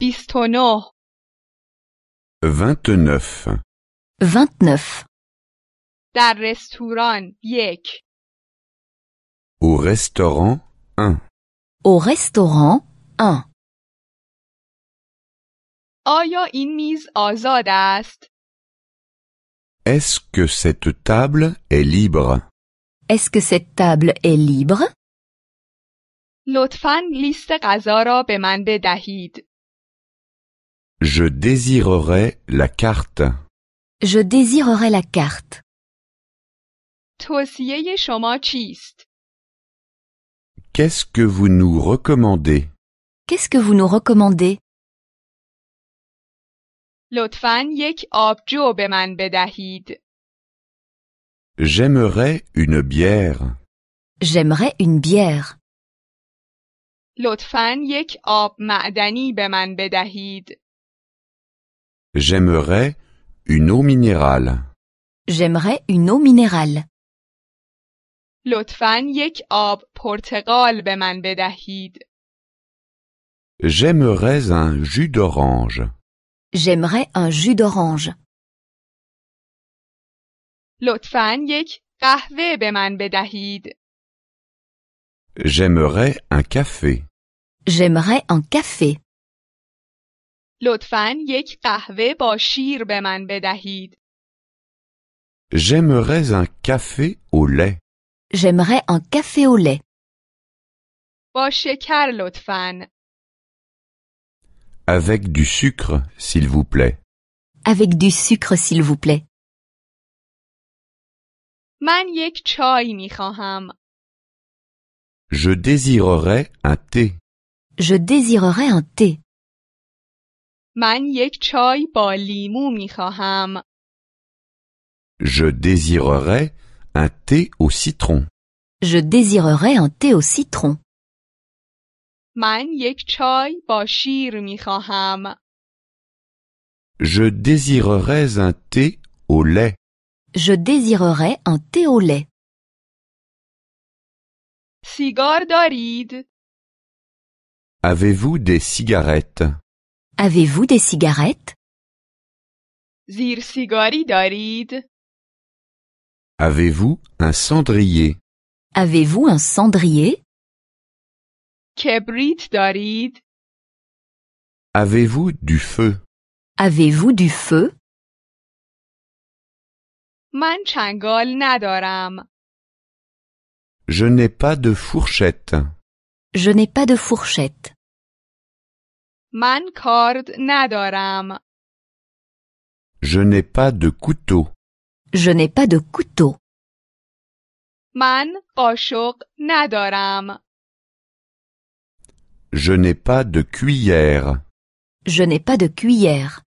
بیست و نه 29. 29. در رستوران یک Au restaurant 1. Au restaurant 1. آیا این میز آزاد است؟ Est-ce que cette table est libre Est-ce que cette table est libre لطفاً لیست غذا را به من بدهید. Je désirerais la carte. Je désirerais la carte. توصیه شما چیست؟ Qu'est-ce que vous nous recommandez Qu'est-ce que vous nous recommandez لطفاً یک آبجو به من بدهید. J'aimerais une bière. J'aimerais une bière. لطفاً یک آب معدنی به من بدهید. J'aimerais une eau minérale. J'aimerais une eau minérale. لطفاً یک آب پرتقال به من بدهید. J'aimerais un jus d'orange. J'aimerais un jus d'orange. لطفاً یک قهوه به من بدهید. J'aimerais un café. J'aimerais un café. لطفاً یک قهوه با شیر به من بدهید. J'aimerais un café au lait. J'aimerais un café au lait. با شکر لطفاً. Avec du sucre, s'il vous plaît. Avec du sucre, s'il vous plaît. من یک چای می خواهم. Je désirerais un thé. Je désirerais un thé. من یک چای با لیمو می خواهم. Je désirerais un thé au citron. Je désirerais un thé au citron. من یک چای با شیر می خواهم. Je désirerais un thé au lait. Je désirerais un thé au lait. سیگار دارید؟ Avez-vous des cigarettes Avez-vous des cigarettes زیر سیگاری دارید؟ Avez-vous un cendrier Avez-vous un cendrier کبریت دارید؟ Avez-vous du feu Avez-vous du feu من چنگال ندارم. Je n'ai pas de fourchette. Je n'ai pas de fourchette. من کارد ندارم. Je n'ai pas de couteau. Je n'ai pas de couteau. من قاشق ندارم. Je n'ai pas de cuillère. Je n'ai pas de cuillère.